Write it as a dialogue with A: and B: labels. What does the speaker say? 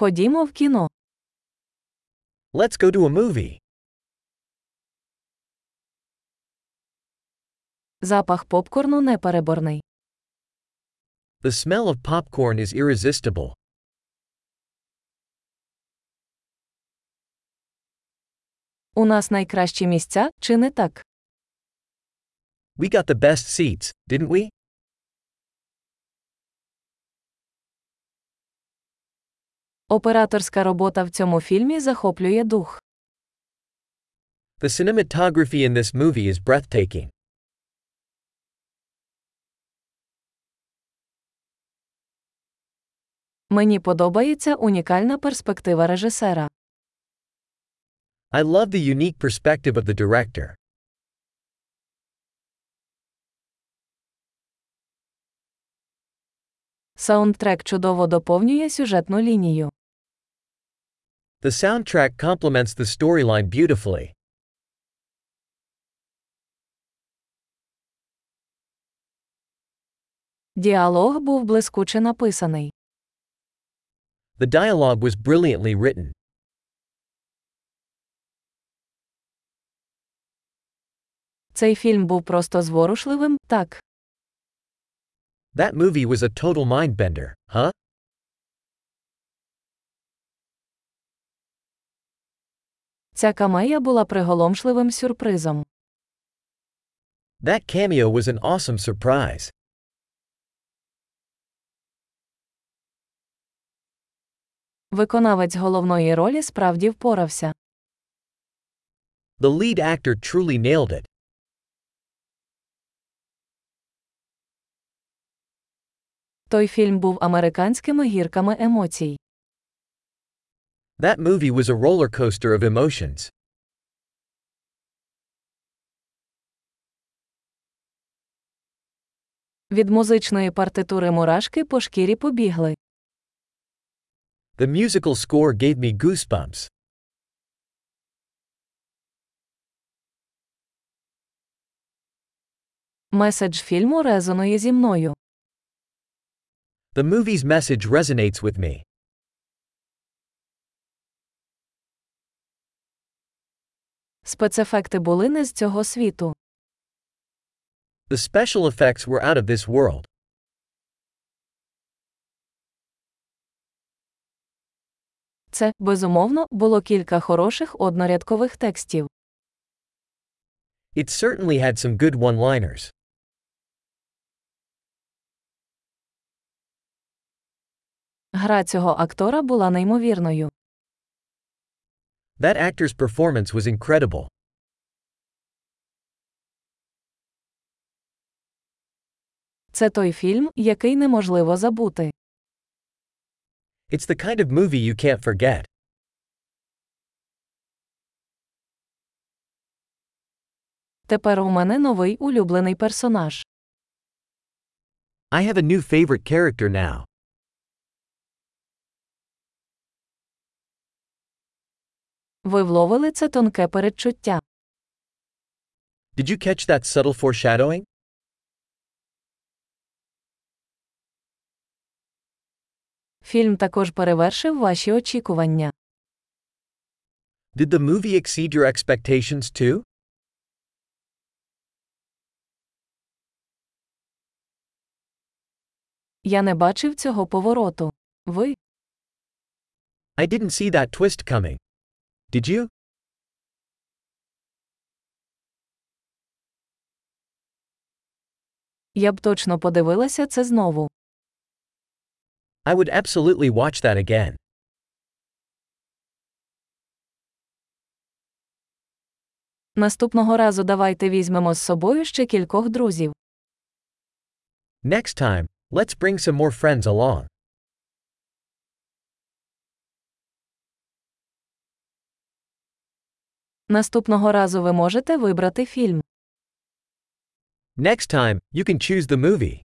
A: Ходімо в кіно.
B: Let's go to a movie.
A: Запах попкорну непереборний.
B: The smell of popcorn is irresistible.
A: У нас найкращі місця, чи не так?
B: We got the best seats, didn't we?
A: Операторська робота в цьому фільмі захоплює дух.
B: The cinematography in this movie is breathtaking.
A: Мені подобається унікальна перспектива режисера.
B: I love the unique perspective of the director.
A: Саундтрек чудово доповнює сюжетну лінію.
B: The soundtrack complements the storyline beautifully.
A: Діалог був блискуче написаний.
B: The dialogue was brilliantly written.
A: Цей фільм був просто зворушливим, так.
B: That movie was a total mindbender, huh?
A: Ця камея була приголомшливим сюрпризом.
B: That cameo was an awesome surprise.
A: Виконавець головної ролі справді впорався.
B: The lead actor truly nailed it.
A: Той фільм був американськими гірками емоцій.
B: That movie was a roller coaster of emotions.
A: Від музичної партитури мурашки по шкірі побігли.
B: The musical score gave me goosebumps.
A: Меседж фільму резонує зі мною.
B: The movie's message resonates with me.
A: Спецефекти були не з цього світу.
B: The special effects were out of this world.
A: Це, безумовно, було кілька хороших однорядкових текстів.
B: It certainly had some good one liners.
A: Гра цього актора була неймовірною.
B: That actor's performance was incredible.
A: Це той фільм, який неможливо забути.
B: It's the kind of movie you can't forget.
A: Тепер у мене новий улюблений персонаж.
B: I have a new favorite character now.
A: Ви вловили це тонке передчуття.
B: Did you catch that subtle foreshadowing?
A: Фільм також перевершив ваші очікування.
B: Did the movie exceed your expectations too?
A: Я не бачив цього повороту. Ви
B: I didn't see that twist coming. Did you?
A: я б точно подивилася це знову.
B: I would absolutely watch that again.
A: Наступного разу давайте візьмемо з собою ще кількох друзів.
B: Next time, let's bring some more friends along.
A: Наступного разу ви можете вибрати фільм.
B: Next time, you can choose the movie.